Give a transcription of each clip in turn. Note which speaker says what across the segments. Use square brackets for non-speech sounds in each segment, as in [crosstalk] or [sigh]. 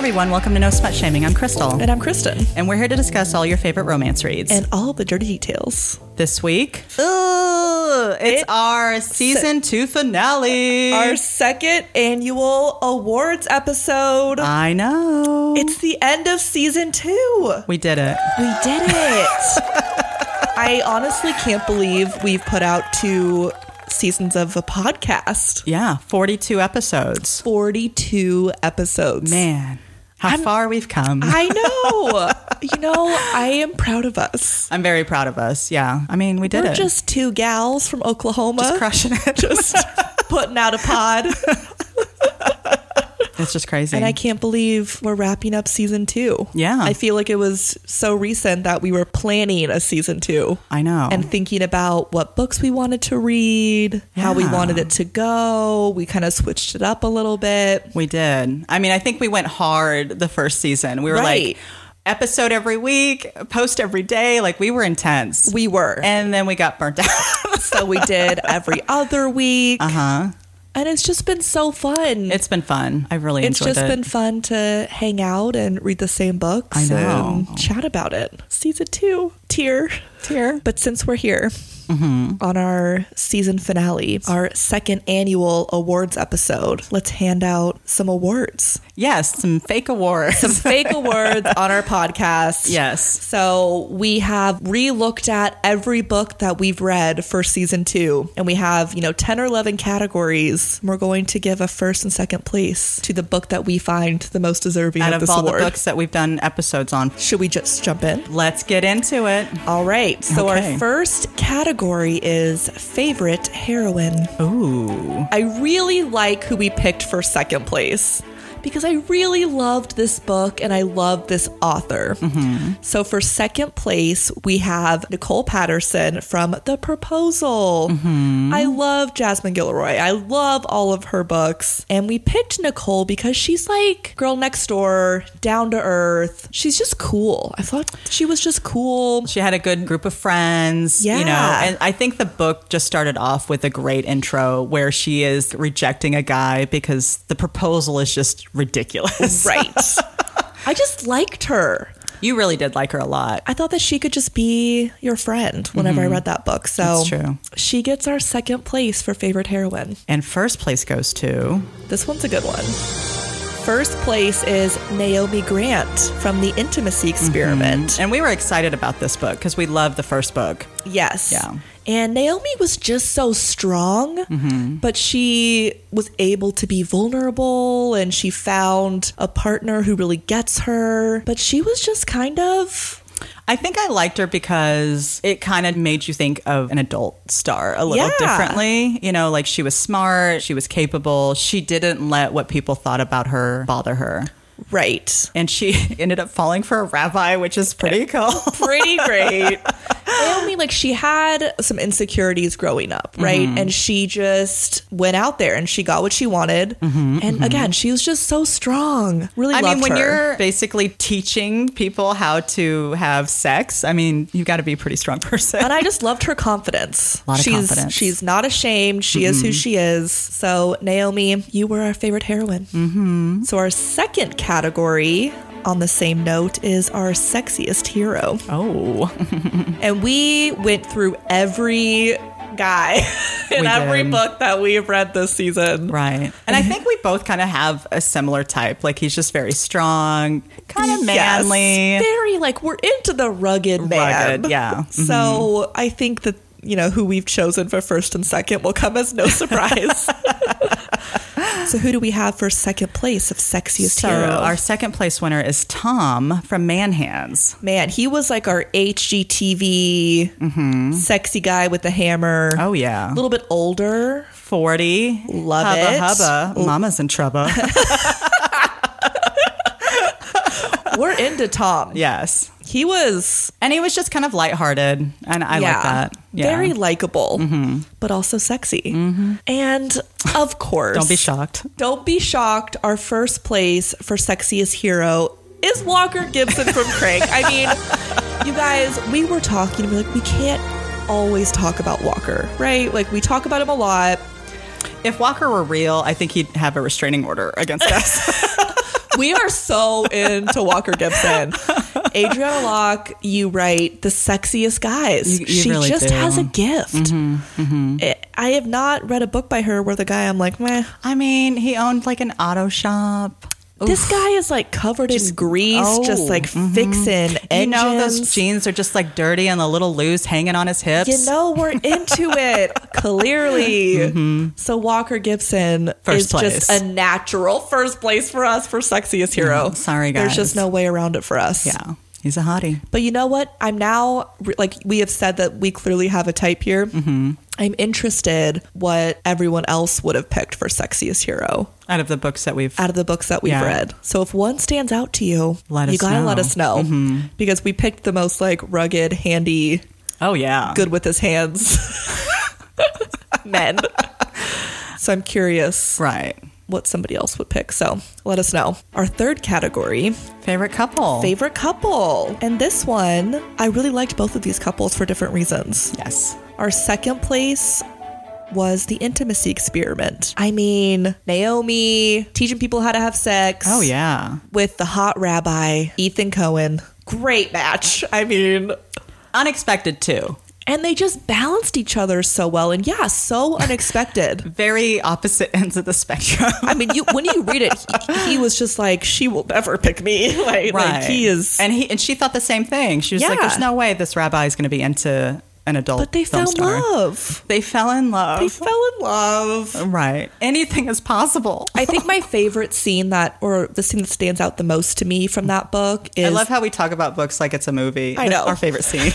Speaker 1: everyone. Welcome to No Smut Shaming. I'm Crystal.
Speaker 2: And I'm Kristen.
Speaker 1: And we're here to discuss all your favorite romance reads.
Speaker 2: And all the dirty details.
Speaker 1: this week, ooh, it's our season two finale.
Speaker 2: Our second annual awards episode.
Speaker 1: I know.
Speaker 2: it's the end of season two.
Speaker 1: we did it.
Speaker 2: We did
Speaker 1: [laughs]
Speaker 2: it. I honestly can't believe we've put out two seasons of a podcast.
Speaker 1: Yeah, 42 episodes.
Speaker 2: 42 episodes.
Speaker 1: Man, how far we've come. [laughs]
Speaker 2: I know. you know, I am proud of us.
Speaker 1: I'm very proud of us. Yeah. I mean, we did
Speaker 2: We're
Speaker 1: it.
Speaker 2: just two gals from Oklahoma.
Speaker 1: Just crushing it. [laughs]
Speaker 2: [laughs] just putting out a pod.
Speaker 1: it's just crazy.
Speaker 2: And I can't believe we're wrapping up season two.
Speaker 1: Yeah.
Speaker 2: I feel like it was so recent that we were planning a season two
Speaker 1: I know.
Speaker 2: and thinking about what books we wanted to read, how we
Speaker 1: Yeah.
Speaker 2: wanted it to go. We kind of switched it up a little bit.
Speaker 1: we did. I mean, I think we went hard the first season. We were
Speaker 2: Right.
Speaker 1: like, episode every week, post every day. Like, we were intense.
Speaker 2: We were.
Speaker 1: and then we got burnt out.
Speaker 2: [laughs] so we did every other week.
Speaker 1: huh?
Speaker 2: And it's just been so
Speaker 1: [laughs]
Speaker 2: fun.
Speaker 1: It's been fun. I've really
Speaker 2: it's
Speaker 1: enjoyed
Speaker 2: just
Speaker 1: it.
Speaker 2: been fun to hang out and read the same books
Speaker 1: I know.
Speaker 2: and chat about it. Season two, tear, tear. But since we're here
Speaker 1: Mm-hmm.
Speaker 2: on our season finale, our second annual awards episode, let's hand out some awards,
Speaker 1: yes, some fake awards.
Speaker 2: fake awards on our podcast.
Speaker 1: yes.
Speaker 2: So we have re-looked at every book that we've read for season two, and we have you know ten or eleven categories. We're going to give a first and second place to the book that we find the most
Speaker 1: [laughs]
Speaker 2: deserving
Speaker 1: Out
Speaker 2: of
Speaker 1: of
Speaker 2: this
Speaker 1: all
Speaker 2: award.
Speaker 1: the books that we've done episodes on,
Speaker 2: Should we just jump in?
Speaker 1: let's get into it.
Speaker 2: All right. So
Speaker 1: Okay.
Speaker 2: our first category is favorite heroine.
Speaker 1: Ooh.
Speaker 2: I really like who we picked for second place because I really loved this book and I love this author. So for second place, we have Nicole Patterson from The Proposal. I love Jasmine Gilroy. I love all of her books. And we picked Nicole because she's like girl next door, down to earth. She's just cool. I thought she was just cool.
Speaker 1: She had a good group of friends, you know.
Speaker 2: Yeah.
Speaker 1: And I think the book just started off with a great intro where she is rejecting a guy because the proposal is just
Speaker 2: [laughs]
Speaker 1: ridiculous.
Speaker 2: Right. I just liked her.
Speaker 1: You really did like her a lot.
Speaker 2: I thought that she could just be your friend whenever I read that book. So
Speaker 1: Mm-hmm. That's true.
Speaker 2: she gets our second place for favorite heroine.
Speaker 1: And first place goes to
Speaker 2: This one's a good one. First place is Naomi Grant from The Intimacy
Speaker 1: Mm-hmm.
Speaker 2: Experiment.
Speaker 1: and we were excited about this book because we love the first book.
Speaker 2: Yes.
Speaker 1: Yeah.
Speaker 2: And Naomi was just so strong,
Speaker 1: Mm-hmm.
Speaker 2: but she was able to be vulnerable and she found a partner who really gets her. But she was just kind of
Speaker 1: I think I liked her because it kind of made you think of an adult star a little
Speaker 2: Yeah.
Speaker 1: differently. You know, like she was smart, she was capable, she didn't let what people thought about her bother her.
Speaker 2: right.
Speaker 1: And she [laughs] ended up falling for a rabbi, which is pretty cool.
Speaker 2: [laughs]
Speaker 1: [laughs]
Speaker 2: pretty great. Naomi, like, she had some insecurities growing up, right?
Speaker 1: Mm-hmm.
Speaker 2: And she just went out there and she got what she wanted. and again, she was just so strong. Really
Speaker 1: Mm-hmm. I
Speaker 2: loved
Speaker 1: mean, when
Speaker 2: her.
Speaker 1: you're basically teaching people how to have sex, I mean, you've got to be a pretty strong person.
Speaker 2: [laughs] and I just loved her confidence.
Speaker 1: [laughs] Lot of
Speaker 2: she's
Speaker 1: confidence.
Speaker 2: she's not ashamed. She is who she is. So Naomi, you were our favorite heroine. Mm-hmm. So our second category on the same note is our sexiest hero.
Speaker 1: oh,
Speaker 2: And we went through every guy [laughs] in
Speaker 1: We
Speaker 2: every
Speaker 1: did.
Speaker 2: book that we've read this season.
Speaker 1: right. And I think we both kind of have a similar type. Like he's just very strong, kind of
Speaker 2: Yes.
Speaker 1: manly.
Speaker 2: very like we're into the rugged man.
Speaker 1: Rugged, yeah.
Speaker 2: [laughs]
Speaker 1: Mm-hmm.
Speaker 2: So I think that you know who we've chosen for first and second will
Speaker 1: [laughs]
Speaker 2: come as no surprise. so who do we have for second place of sexiest
Speaker 1: So
Speaker 2: hero?
Speaker 1: our second place winner is Tom from Manhands.
Speaker 2: man, he was like our HGTV sexy guy with the hammer.
Speaker 1: Mm-hmm. Oh yeah,
Speaker 2: A little bit older.
Speaker 1: forty,
Speaker 2: Love
Speaker 1: hubba,
Speaker 2: it.
Speaker 1: hubba. Mama's in
Speaker 2: [laughs]
Speaker 1: trouble.
Speaker 2: We're into Tom.
Speaker 1: yes,
Speaker 2: He was
Speaker 1: and he was just kind of lighthearted, and I like that. Yeah. Mm-hmm.
Speaker 2: Very likable, but also sexy. And
Speaker 1: [laughs]
Speaker 2: of course,
Speaker 1: Don't be shocked.
Speaker 2: Don't be shocked. Our first place for sexiest hero is Walker Gibson from Crank.
Speaker 1: [laughs]
Speaker 2: I mean, you guys, we were talking and we're like, we can't always talk about Walker, right? Like, we talk about him a lot. [laughs]
Speaker 1: If Walker were real, I think he'd have a restraining order against us.
Speaker 2: we are so into
Speaker 1: [laughs]
Speaker 2: Walker Gibson. Adriana Locke, you write the sexiest guys.
Speaker 1: You- you
Speaker 2: she
Speaker 1: really
Speaker 2: just
Speaker 1: do. Mm-hmm,
Speaker 2: has a gift. It- I have not read a book by her where the guy I'm like, meh.
Speaker 1: I mean, he owned like an auto shop.
Speaker 2: This guy is like covered in grease,
Speaker 1: oh,
Speaker 2: just like fixing engines.
Speaker 1: You know, those jeans are just like dirty and a little loose, hanging on his hips.
Speaker 2: You know, we're into
Speaker 1: [laughs]
Speaker 2: it clearly. So Walker Gibson
Speaker 1: Mm-hmm. First
Speaker 2: is
Speaker 1: place.
Speaker 2: just a natural first place for us for sexiest hero.
Speaker 1: Mhm. Sorry, guys.
Speaker 2: There's just no way around it for us.
Speaker 1: yeah, he's a hottie.
Speaker 2: But you know what? I'm now re- like we have said that we clearly have a type here.
Speaker 1: Mm-hmm.
Speaker 2: I'm interested what everyone else would have picked for sexiest hero
Speaker 1: Out of the books that we've,
Speaker 2: out of the books that we've
Speaker 1: Yeah.
Speaker 2: read. So if one stands out to you,
Speaker 1: Let
Speaker 2: you
Speaker 1: us
Speaker 2: gotta let
Speaker 1: know. Mm-hmm.
Speaker 2: us know because we picked the most like rugged, handy,
Speaker 1: oh yeah,
Speaker 2: good with his hands [laughs] men. so I'm curious
Speaker 1: right?
Speaker 2: what somebody else would pick. So let us know. Our third category
Speaker 1: Favorite couple.
Speaker 2: favorite couple. And this one, I really liked both of these couples for different reasons.
Speaker 1: yes.
Speaker 2: Our second place was the intimacy experiment. I mean, Naomi teaching people how to have sex.
Speaker 1: Oh yeah.
Speaker 2: With the hot rabbi, Ethan Cohen. Great match. I mean,
Speaker 1: Unexpected too.
Speaker 2: and they just balanced each other so well. And
Speaker 1: [laughs]
Speaker 2: yeah, so unexpected.
Speaker 1: Very opposite [laughs] ends of the spectrum.
Speaker 2: I mean, you when you read it, he, he was just like, she will never pick me. [laughs] Like, [laughs] like he is.
Speaker 1: and he and she thought the same thing. She was like,
Speaker 2: Yeah.
Speaker 1: "There's no way this rabbi is going to be into an adult."
Speaker 2: but they
Speaker 1: film
Speaker 2: fell in
Speaker 1: star.
Speaker 2: love.
Speaker 1: They fell in
Speaker 2: They
Speaker 1: love.
Speaker 2: fell in love.
Speaker 1: right. Anything is possible.
Speaker 2: I think my favorite scene that, or the scene that stands out the most to me from that book is
Speaker 1: I love how we talk about books like it's a movie.
Speaker 2: I
Speaker 1: That's
Speaker 2: know.
Speaker 1: our favorite
Speaker 2: [laughs]
Speaker 1: scene.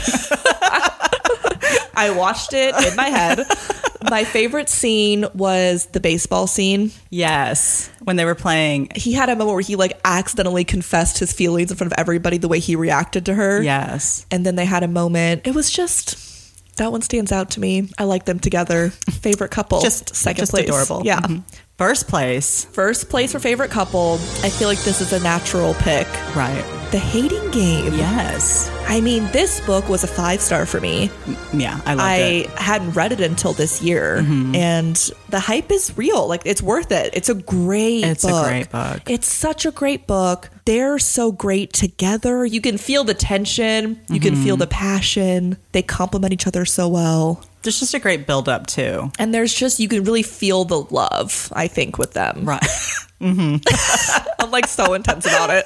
Speaker 2: I watched it in my head. [laughs] my favorite scene was the baseball scene.
Speaker 1: yes, when they were playing.
Speaker 2: He had a moment where he like accidentally confessed his feelings in front of everybody, the way he reacted to her.
Speaker 1: Yes,
Speaker 2: And then they had a moment. It was just, that one stands out to me. I like them together. Favorite couple.
Speaker 1: just
Speaker 2: second
Speaker 1: just
Speaker 2: place.
Speaker 1: adorable.
Speaker 2: Yeah.
Speaker 1: Mhm. First place,
Speaker 2: First place for favorite couple. I feel like this is a natural pick.
Speaker 1: right?
Speaker 2: The hating game.
Speaker 1: Yes,
Speaker 2: I mean, this book was a five star for me.
Speaker 1: yeah, I loved
Speaker 2: I
Speaker 1: it.
Speaker 2: hadn't read it until this year,
Speaker 1: Mm-hmm.
Speaker 2: and the hype is real. Like, it's worth it. It's a great
Speaker 1: It's a
Speaker 2: book.
Speaker 1: great book.
Speaker 2: It's such a great book. They're so great together. You can feel the tension, you can
Speaker 1: Mm-hmm.
Speaker 2: feel the passion. They complement each other so well.
Speaker 1: There's just a great build up too.
Speaker 2: And there's just, you can really feel the love, I think, with them.
Speaker 1: Right.
Speaker 2: I'm like so intense
Speaker 1: [laughs]
Speaker 2: about it.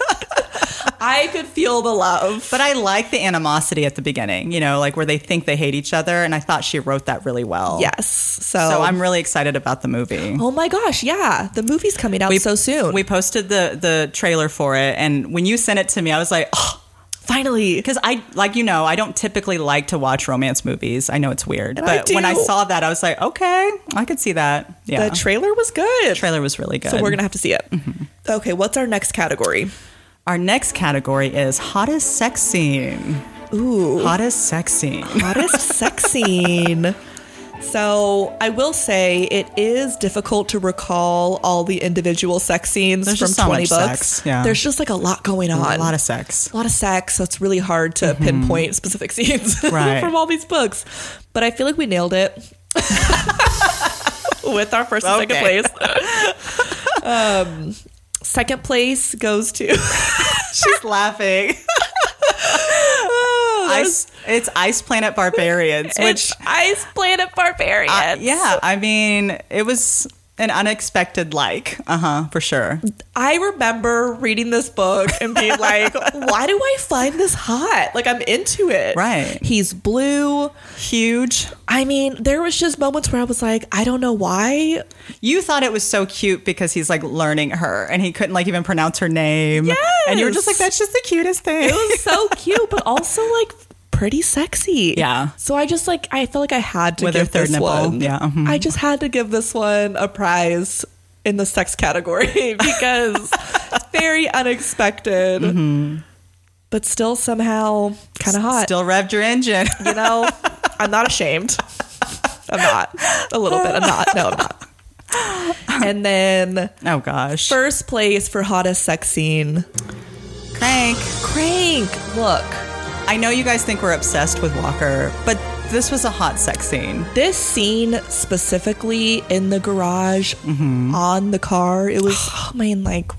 Speaker 2: I could feel the love.
Speaker 1: But I like the animosity at the beginning, you know, like where they think they hate each other. And I thought she wrote that really well.
Speaker 2: Yes. So,
Speaker 1: So I'm really excited about the movie.
Speaker 2: Oh my gosh, yeah. The movie's coming out so soon.
Speaker 1: We posted the the trailer for it, and when you sent it to me, I was like, oh,
Speaker 2: finally.
Speaker 1: because I like you know I don't typically like to watch romance movies. I know it's weird,
Speaker 2: And I
Speaker 1: but when I
Speaker 2: do.
Speaker 1: saw that, I was like, okay, I could see that. Yeah,
Speaker 2: The trailer was good.
Speaker 1: trailer was really good.
Speaker 2: So we're going to have to see it.
Speaker 1: Mm-hmm.
Speaker 2: Okay, what's our next category?
Speaker 1: Our next category is hottest sex scene.
Speaker 2: Ooh,
Speaker 1: Hottest sex scene. [laughs]
Speaker 2: hottest sex scene. So I will say it is difficult to recall all the individual sex scenes
Speaker 1: There's
Speaker 2: from
Speaker 1: just so
Speaker 2: 20
Speaker 1: much
Speaker 2: books.
Speaker 1: sex, yeah.
Speaker 2: There's just like a lot going on.
Speaker 1: A lot of sex.
Speaker 2: a lot of sex, so it's really hard to pinpoint specific [laughs] scenes
Speaker 1: Right.
Speaker 2: from all these books. But I feel like we
Speaker 1: [laughs]
Speaker 2: nailed it with our first and second
Speaker 1: Okay.
Speaker 2: place. um, [laughs] second place goes to
Speaker 1: [laughs] She's
Speaker 2: [laughs]
Speaker 1: laughing.
Speaker 2: Oh,
Speaker 1: Ice, it's Ice Planet Barbarians, which
Speaker 2: which Ice Planet Barbarian.
Speaker 1: Uh, yeah, I mean, it was an unexpected like, uh huh, for sure.
Speaker 2: I remember reading this book and being [laughs] like, why do I find this hot? Like I'm into it.
Speaker 1: Right.
Speaker 2: He's blue.
Speaker 1: Huge.
Speaker 2: I mean, there was just moments where I was like, I don't know why
Speaker 1: You thought it was so cute because he's like learning her and he couldn't like even pronounce her name. And you were just like, that's
Speaker 2: Yes.
Speaker 1: just the cutest thing. [laughs]
Speaker 2: It was so cute, but also like pretty sexy.
Speaker 1: Yeah.
Speaker 2: So I just like I felt like I had to
Speaker 1: With her
Speaker 2: give
Speaker 1: third
Speaker 2: this
Speaker 1: nipple.
Speaker 2: one.
Speaker 1: Yeah, mhm.
Speaker 2: I just had to give this one a prize in the sex category [laughs] because it's very unexpected,
Speaker 1: Mm-hmm.
Speaker 2: but still somehow kind of hot.
Speaker 1: Still revved your
Speaker 2: [laughs]
Speaker 1: engine.
Speaker 2: You know, I'm not ashamed. I'm not a little bit. I'm not. No, I'm not. And then
Speaker 1: oh gosh.
Speaker 2: first place for hottest sex scene,
Speaker 1: Crank.
Speaker 2: Crank. Look,
Speaker 1: I know you guys think we're obsessed with Walker, but this was a hot sex scene.
Speaker 2: This scene
Speaker 1: Mm-hmm. [gasps]
Speaker 2: specifically in the garage on the car, it was, I mean, like,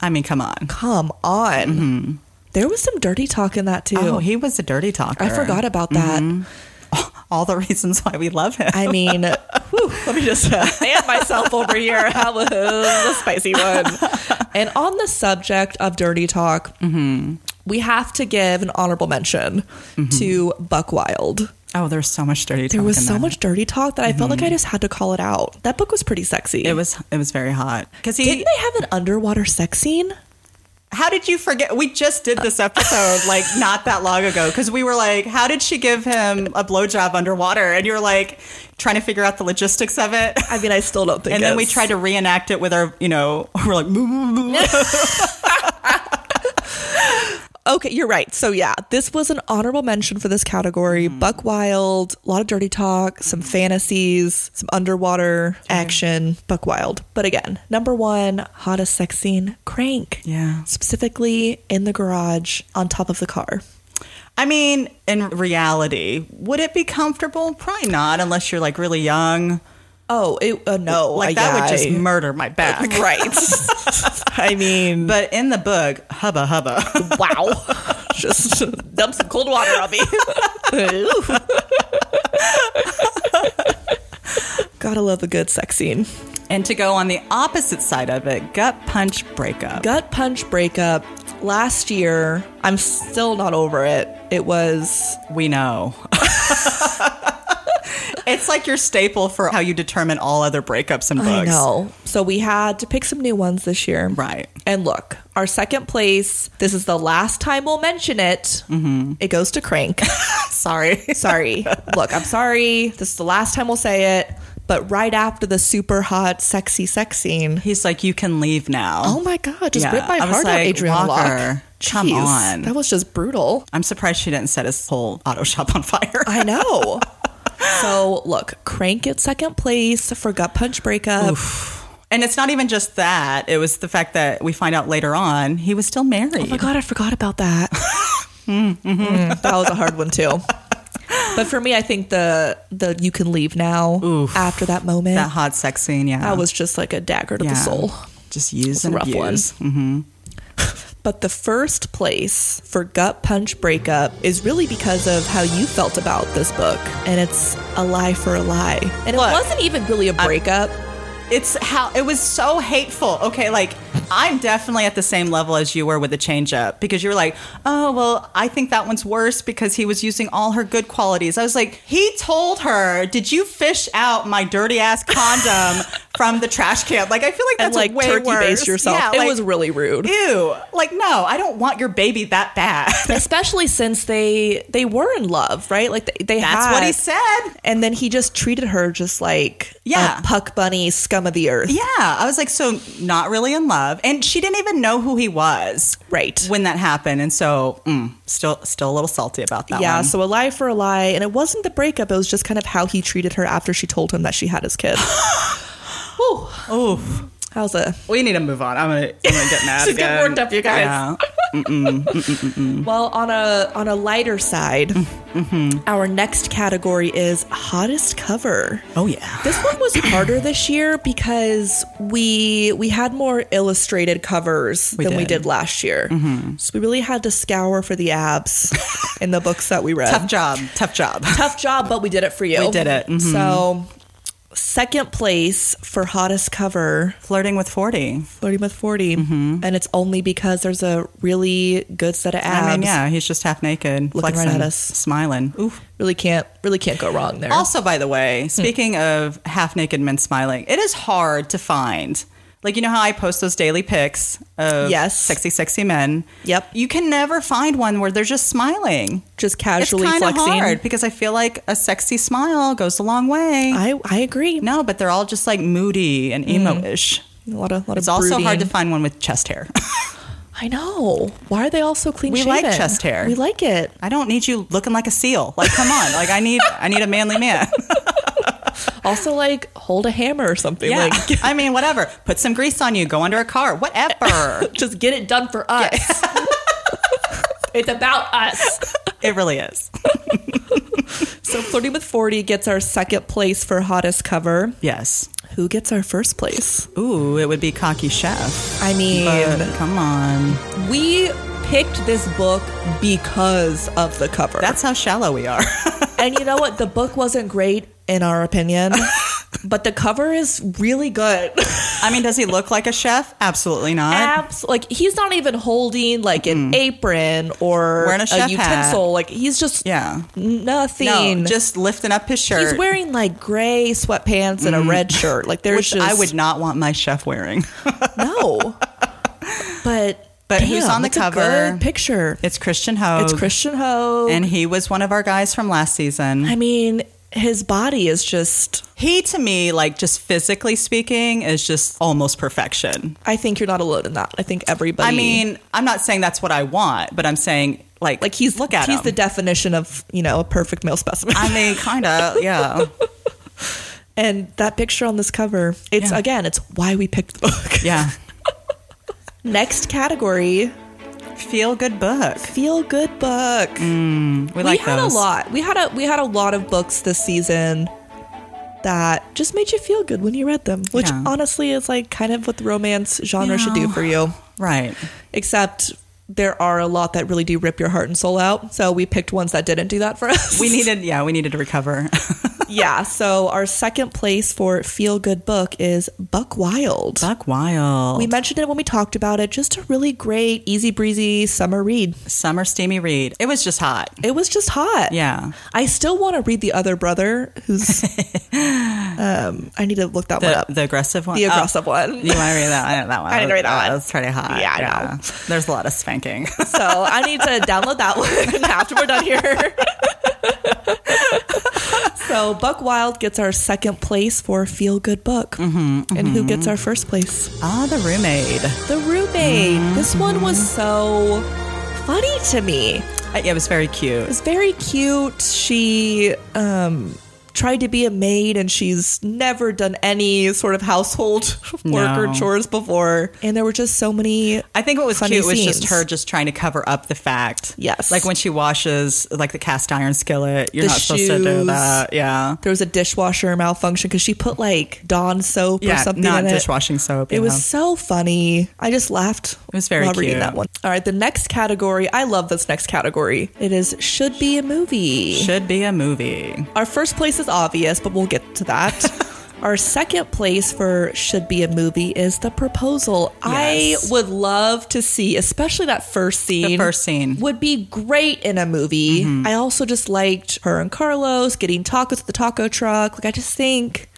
Speaker 1: I mean, come on.
Speaker 2: Come on. There was some dirty talk in that too.
Speaker 1: Mm-hmm. Oh, Mm-hmm. he was a dirty talker.
Speaker 2: I forgot about that.
Speaker 1: all the [laughs] reasons why we love him.
Speaker 2: I
Speaker 1: [laughs]
Speaker 2: mean, whew, let me just fan myself over here. [laughs] That was a spicy one. And on the subject of dirty talk,
Speaker 1: Mm-hmm.
Speaker 2: we have to give an honorable mention to Buck Wild.
Speaker 1: oh, there's so much dirty Mm-hmm. talk.
Speaker 2: There was
Speaker 1: in
Speaker 2: so
Speaker 1: that. Mm-hmm.
Speaker 2: much dirty talk that I felt like I just had to call it out. That book was pretty sexy.
Speaker 1: It was it was very hot because he.
Speaker 2: Didn't they have an underwater sex scene?
Speaker 1: how did you forget? We just did this
Speaker 2: [laughs]
Speaker 1: episode like not that long ago because we were like, how did she give him a blowjob underwater? And you're like trying to figure out the logistics of it.
Speaker 2: I mean, I still don't think.
Speaker 1: And then we
Speaker 2: it's-
Speaker 1: tried to reenact it with our, you know, [laughs] we're like, "Moo, moo, moo."
Speaker 2: Okay, you're right. So yeah, this was an honorable mention for this category. Buck Wild, a lot of dirty talk, some fantasies, some underwater action. Buck Wild. But again, number one, hottest sex scene, crank.
Speaker 1: Yeah.
Speaker 2: Specifically in the garage on top of the car.
Speaker 1: I mean, in reality, would it be comfortable? Probably not, unless you're like really young.
Speaker 2: Oh, it, uh, no.
Speaker 1: Like
Speaker 2: I-
Speaker 1: that would
Speaker 2: I-
Speaker 1: just murder my back.
Speaker 2: [laughs] Right. I mean,
Speaker 1: But in the book, hubba hubba.
Speaker 2: wow. [laughs] Just dump some cold water on me. Ooh. [laughs] Gotta love a good sex scene.
Speaker 1: and to go on the opposite side of it, gut punch breakup.
Speaker 2: Gut punch breakup. Last year, I'm still not over it. It was
Speaker 1: We
Speaker 2: [laughs]
Speaker 1: know. it's like your staple for how you determine all other breakups and books.
Speaker 2: I know. So we had to pick some new ones this year.
Speaker 1: Right.
Speaker 2: And look, our second place, this is the last time we'll mention it. It goes to Crank.
Speaker 1: [laughs] Sorry. [laughs]
Speaker 2: sorry. Look, I'm sorry. This is the last time we'll say it. But right after the super hot, sexy sex scene,
Speaker 1: He's like, you can leave now.
Speaker 2: oh my God, just
Speaker 1: Yeah,
Speaker 2: rip my
Speaker 1: I was
Speaker 2: heart out,
Speaker 1: like,
Speaker 2: Adrian Locke.
Speaker 1: Walker, come
Speaker 2: Jeez,
Speaker 1: on.
Speaker 2: That was just brutal.
Speaker 1: I'm surprised she didn't set his whole auto shop on fire.
Speaker 2: I
Speaker 1: [laughs]
Speaker 2: know. so look, Crank at second place for gut punch breakup.
Speaker 1: [laughs] And it's not even just that. It was the fact that we find out later on he was still married.
Speaker 2: Oh my god, I forgot
Speaker 1: [laughs]
Speaker 2: about that.
Speaker 1: mm-hmm.
Speaker 2: Mm, that was a hard one too. But for me, I think the the you can leave now after that moment
Speaker 1: That
Speaker 2: that,
Speaker 1: hot sex scene, yeah.
Speaker 2: was just like a dagger to
Speaker 1: yeah.
Speaker 2: the soul.
Speaker 1: Just use
Speaker 2: a
Speaker 1: and
Speaker 2: rough one.
Speaker 1: abuse.
Speaker 2: But the first place for gut punch breakup is really because of how you felt about this book, and it's a lie for a lie, and
Speaker 1: Look,
Speaker 2: it wasn't even really a breakup.
Speaker 1: It's how it was so hateful. Okay, like I'm definitely at the same level as you were with the change up because you were like, oh well, I think that one's worse because he was using all her good qualities. I was like, he told her, did you fish out my dirty ass condom [laughs] from the trash can? Like I feel like that's
Speaker 2: and like
Speaker 1: way
Speaker 2: turkey
Speaker 1: worse.
Speaker 2: based yourself.
Speaker 1: Yeah,
Speaker 2: it
Speaker 1: like,
Speaker 2: was really rude.
Speaker 1: ew. Like no, I don't want your baby that bad.
Speaker 2: [laughs]
Speaker 1: [laughs]
Speaker 2: especially since they they were in love, right? Like they, they
Speaker 1: That's
Speaker 2: had,
Speaker 1: what he said.
Speaker 2: and then he just treated her just like
Speaker 1: Yeah.
Speaker 2: a puck bunny scum of the earth,
Speaker 1: Yeah, I was like, so not really in love, and she didn't even know who he was
Speaker 2: right?
Speaker 1: when that happened, and so mm, still, still a little salty about that.
Speaker 2: yeah,
Speaker 1: one.
Speaker 2: so a lie for a lie, and it wasn't the breakup; it was just kind of how he treated her after she told him that she had his [laughs] kid. Whew.
Speaker 1: Oof.
Speaker 2: That was a
Speaker 1: we need to move on. I'm gonna, I'm [laughs] gonna get mad.
Speaker 2: She's getting
Speaker 1: again.
Speaker 2: worked up, you guys.
Speaker 1: [laughs] Yeah.
Speaker 2: well on a on a lighter side. Our next category is hottest cover.
Speaker 1: Oh yeah.
Speaker 2: This one was harder this year because we we had more illustrated covers than we
Speaker 1: did.
Speaker 2: did Mm-hmm. last year. So we really had to scour for the [laughs] abs in the books that we read.
Speaker 1: Tough job. Tough
Speaker 2: [laughs]
Speaker 1: job.
Speaker 2: Tough job, but we did it for you.
Speaker 1: We did it. Mhm.
Speaker 2: So second place for hottest cover,
Speaker 1: Flirting with forty.
Speaker 2: Flirty with 40. And it's only because there's a really good set of abs.
Speaker 1: Mm-hmm. I mean, yeah, he's just half naked,
Speaker 2: Looking right
Speaker 1: flexing,
Speaker 2: at us.
Speaker 1: smiling. Oof.
Speaker 2: Really can't really can't go wrong there.
Speaker 1: Also, by the way,
Speaker 2: Hmm.
Speaker 1: speaking of half naked men smiling, it is hard to find. Like, you know how I post those daily pics of
Speaker 2: Yes.
Speaker 1: sexy, sexy men?
Speaker 2: Yep.
Speaker 1: You can never find one where they're just smiling.
Speaker 2: just
Speaker 1: It's
Speaker 2: casually
Speaker 1: kind of
Speaker 2: flexing.
Speaker 1: hard because I feel like a sexy smile goes a long way.
Speaker 2: I I agree.
Speaker 1: no, but they're all just like moody and emo ish.
Speaker 2: A lot of lot
Speaker 1: It's
Speaker 2: of
Speaker 1: also
Speaker 2: brooding.
Speaker 1: hard to find one with chest hair. [laughs]
Speaker 2: I know. Why are they all so clean
Speaker 1: We
Speaker 2: shaven?
Speaker 1: like chest hair.
Speaker 2: We like it.
Speaker 1: I don't need you looking like a seal. Like, come on. Like, I need, I need a manly
Speaker 2: [laughs]
Speaker 1: man.
Speaker 2: Also, like hold a hammer or something.
Speaker 1: Yeah.
Speaker 2: Like [laughs]
Speaker 1: I mean, whatever. Put some grease on you. Go under a car. Whatever.
Speaker 2: [laughs] just get it done for us. [laughs] it's about us.
Speaker 1: It really is.
Speaker 2: So Flirting with 40 gets our second place for hottest cover.
Speaker 1: Yes.
Speaker 2: Who gets our first place?
Speaker 1: Ooh, it would be Cocky Chef.
Speaker 2: I mean,
Speaker 1: But come on.
Speaker 2: we picked this book because of the cover.
Speaker 1: That's how shallow we are. [laughs]
Speaker 2: and you know what? The book wasn't great in
Speaker 1: [laughs]
Speaker 2: our opinion, but the cover is really good.
Speaker 1: I mean, does he look like a chef? Absolutely not.
Speaker 2: Abs- like he's not even holding like an apron or
Speaker 1: Wearing a chef
Speaker 2: utensil.
Speaker 1: hat.
Speaker 2: Like he's just
Speaker 1: Yeah.
Speaker 2: nothing.
Speaker 1: No, just lifting up his shirt.
Speaker 2: he's wearing like gray sweatpants and a red shirt. Like there's
Speaker 1: which
Speaker 2: just
Speaker 1: I would not want my chef wearing.
Speaker 2: no. but
Speaker 1: But who's
Speaker 2: damn,
Speaker 1: on the
Speaker 2: it's a
Speaker 1: cover?
Speaker 2: good picture.
Speaker 1: It's Christian Hogue.
Speaker 2: It's Christian Ho.
Speaker 1: And he was one of our guys from last season.
Speaker 2: I mean, his body is just.
Speaker 1: He, to me, like just physically speaking, is just almost perfection.
Speaker 2: I think you're not alone in that. I think
Speaker 1: I
Speaker 2: everybody.
Speaker 1: mean, I'm not saying that's what I want, but I'm saying like
Speaker 2: like he's
Speaker 1: look at
Speaker 2: he's
Speaker 1: him.
Speaker 2: the definition of you know a perfect male specimen.
Speaker 1: [laughs] I mean, kind of,
Speaker 2: [laughs]
Speaker 1: yeah.
Speaker 2: and that picture on this cover, it's
Speaker 1: Yeah.
Speaker 2: again, it's why we picked the book.
Speaker 1: Yeah.
Speaker 2: Next category,
Speaker 1: Feel good book.
Speaker 2: feel good book.
Speaker 1: Mm. We,
Speaker 2: we
Speaker 1: like
Speaker 2: had
Speaker 1: those.
Speaker 2: a lot. We had a we had a lot of books this season that just made you feel good when you read them, which
Speaker 1: Yeah.
Speaker 2: honestly is like kind of what the romance genre should do
Speaker 1: know.
Speaker 2: for you.
Speaker 1: Right.
Speaker 2: Except there are a lot that really do rip your heart and soul out. So we picked ones that didn't do that for us.
Speaker 1: We needed, yeah, we needed to recover.
Speaker 2: [laughs]
Speaker 1: [laughs]
Speaker 2: yeah. So our second place for feel good book is Buck Wild.
Speaker 1: Buck Wild.
Speaker 2: We mentioned it when we talked about it. Just a really great, easy breezy summer read.
Speaker 1: Summer steamy read. It was just hot.
Speaker 2: It was just hot.
Speaker 1: Yeah.
Speaker 2: I still want to read the other brother
Speaker 1: [laughs]
Speaker 2: who's um I need to look that one
Speaker 1: The,
Speaker 2: up.
Speaker 1: the aggressive one.
Speaker 2: The
Speaker 1: Oh,
Speaker 2: aggressive one.
Speaker 1: You want to read that? I know that one.
Speaker 2: I didn't read that one.
Speaker 1: That's pretty hot.
Speaker 2: Yeah, I know.
Speaker 1: There's a lot of spanking. [laughs]
Speaker 2: [laughs] So I need to download that one [laughs] after we're done here. [laughs] so Buck Wild gets our second place for feel good book.
Speaker 1: Mm-hmm,
Speaker 2: And who gets our first place?
Speaker 1: Ah, the roommate.
Speaker 2: The roommate. This one was so funny to me.
Speaker 1: Uh, yeah, it was very cute.
Speaker 2: It's very cute. She um tried to be a maid and she's never done any sort of household [laughs] work or
Speaker 1: No.
Speaker 2: chores before. And there were just so many
Speaker 1: I think what was
Speaker 2: Funny
Speaker 1: cute was just
Speaker 2: scenes.
Speaker 1: her just trying to cover up the fact.
Speaker 2: Yes.
Speaker 1: Like when she washes like the cast iron skillet, you're
Speaker 2: The
Speaker 1: not supposed to do
Speaker 2: shoes.
Speaker 1: that. Yeah.
Speaker 2: there was a dishwasher malfunction because she put like Dawn soap or
Speaker 1: Yeah,
Speaker 2: something
Speaker 1: not
Speaker 2: in it.
Speaker 1: dishwashing soap.
Speaker 2: It
Speaker 1: yeah.
Speaker 2: was so funny. I just laughed. It
Speaker 1: was very
Speaker 2: while reading
Speaker 1: cute.
Speaker 2: that one. All right, the next category. I love this next category. It is should be a movie.
Speaker 1: should be a movie.
Speaker 2: Our first place is obvious, but we'll get
Speaker 1: [laughs]
Speaker 2: to that. Our second place for should be a movie is The Proposal. I
Speaker 1: Yes.
Speaker 2: would love to see, especially that first scene.
Speaker 1: first scene. Mm-hmm.
Speaker 2: would be great in a movie. I also just liked her and Carlos getting tacos at the taco truck. Like I just think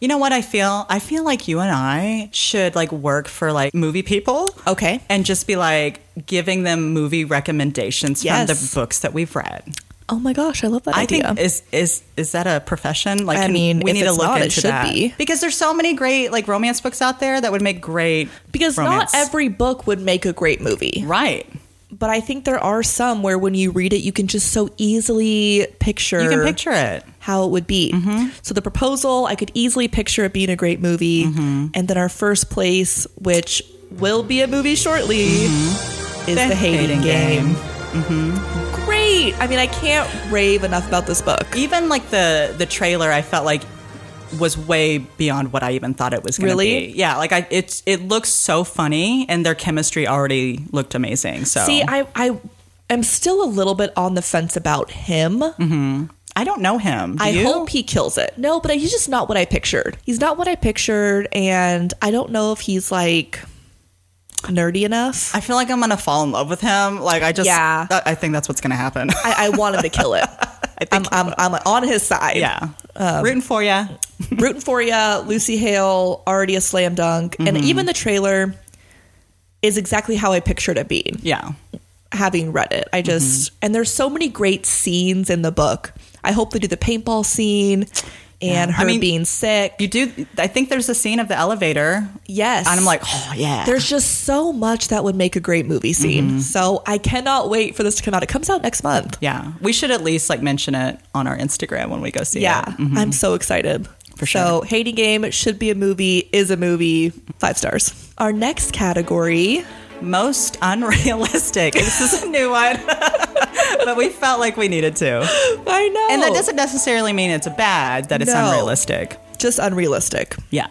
Speaker 1: You know what I feel? I feel like you and I should like work for like movie people.
Speaker 2: Okay.
Speaker 1: And just be like giving them movie recommendations
Speaker 2: Yes.
Speaker 1: from the books that we've read.
Speaker 2: Oh my gosh, I love that
Speaker 1: I
Speaker 2: idea.
Speaker 1: think is is is that a profession? Like
Speaker 2: I
Speaker 1: can-
Speaker 2: mean,
Speaker 1: we
Speaker 2: if
Speaker 1: need to
Speaker 2: it's
Speaker 1: look
Speaker 2: not, it
Speaker 1: into
Speaker 2: should
Speaker 1: that
Speaker 2: be.
Speaker 1: because there's so many great like romance books out there that would make great
Speaker 2: because
Speaker 1: romance.
Speaker 2: not every book would make a great movie.
Speaker 1: right.
Speaker 2: But I think there are some where when you read it you can just so easily picture
Speaker 1: You can picture it.
Speaker 2: how it would be.
Speaker 1: Mm-hmm.
Speaker 2: So the proposal, I could easily picture it being a great movie.
Speaker 1: Mm-hmm.
Speaker 2: And then our first place, which will be a movie shortly,
Speaker 1: Mm-hmm.
Speaker 2: is The, Hating, Game. Great. I mean, I can't rave enough about this book.
Speaker 1: Even like the the trailer, I felt like was way beyond what I even thought it was going to
Speaker 2: Really?
Speaker 1: be. Yeah, like I it's it looks so funny and their chemistry already looked amazing. So
Speaker 2: See, I, I am still a little bit on the fence about him.
Speaker 1: I don't know him. Do
Speaker 2: I
Speaker 1: Mm-hmm. you?
Speaker 2: hope he kills it. No, but he's just not what I pictured. He's not what I pictured. And I don't know if he's like nerdy enough.
Speaker 1: I feel like I'm going to fall in love with him. Like I just
Speaker 2: Yeah.
Speaker 1: that- I think that's what's going to happen.
Speaker 2: [laughs] I, I want him
Speaker 1: [laughs]
Speaker 2: to kill it. I'm, I'm, I'm on his side.
Speaker 1: yeah.
Speaker 2: Um,
Speaker 1: Rooting for you.
Speaker 2: Rooting for you, Lucy Hale, already a slam dunk.
Speaker 1: Mm-hmm.
Speaker 2: And even the trailer is exactly how I pictured it being,
Speaker 1: Yeah.
Speaker 2: having read it. I just,
Speaker 1: Mm-hmm.
Speaker 2: and there's so many great scenes in the book. I hope they do the paintball scene and
Speaker 1: Yeah. I
Speaker 2: her
Speaker 1: mean,
Speaker 2: being sick.
Speaker 1: You do. I think there's a scene of the elevator,
Speaker 2: yes.
Speaker 1: and I'm like, oh yeah.
Speaker 2: there's just so much that would make a great movie scene.
Speaker 1: Mm-hmm.
Speaker 2: So I cannot wait for this to come out. It comes out next month.
Speaker 1: yeah, we should at least like mention it on our Instagram when we go see
Speaker 2: Yeah,
Speaker 1: it.
Speaker 2: I'm so excited.
Speaker 1: Mm-hmm. For
Speaker 2: So, Hating Game should be a movie, is a movie, five stars. Our next category
Speaker 1: most unrealistic. [laughs] This is a new one, [laughs] but we felt like we needed to.
Speaker 2: I know.
Speaker 1: And that doesn't necessarily mean it's bad that it's
Speaker 2: Oh. No.
Speaker 1: unrealistic.
Speaker 2: just unrealistic.
Speaker 1: Yeah.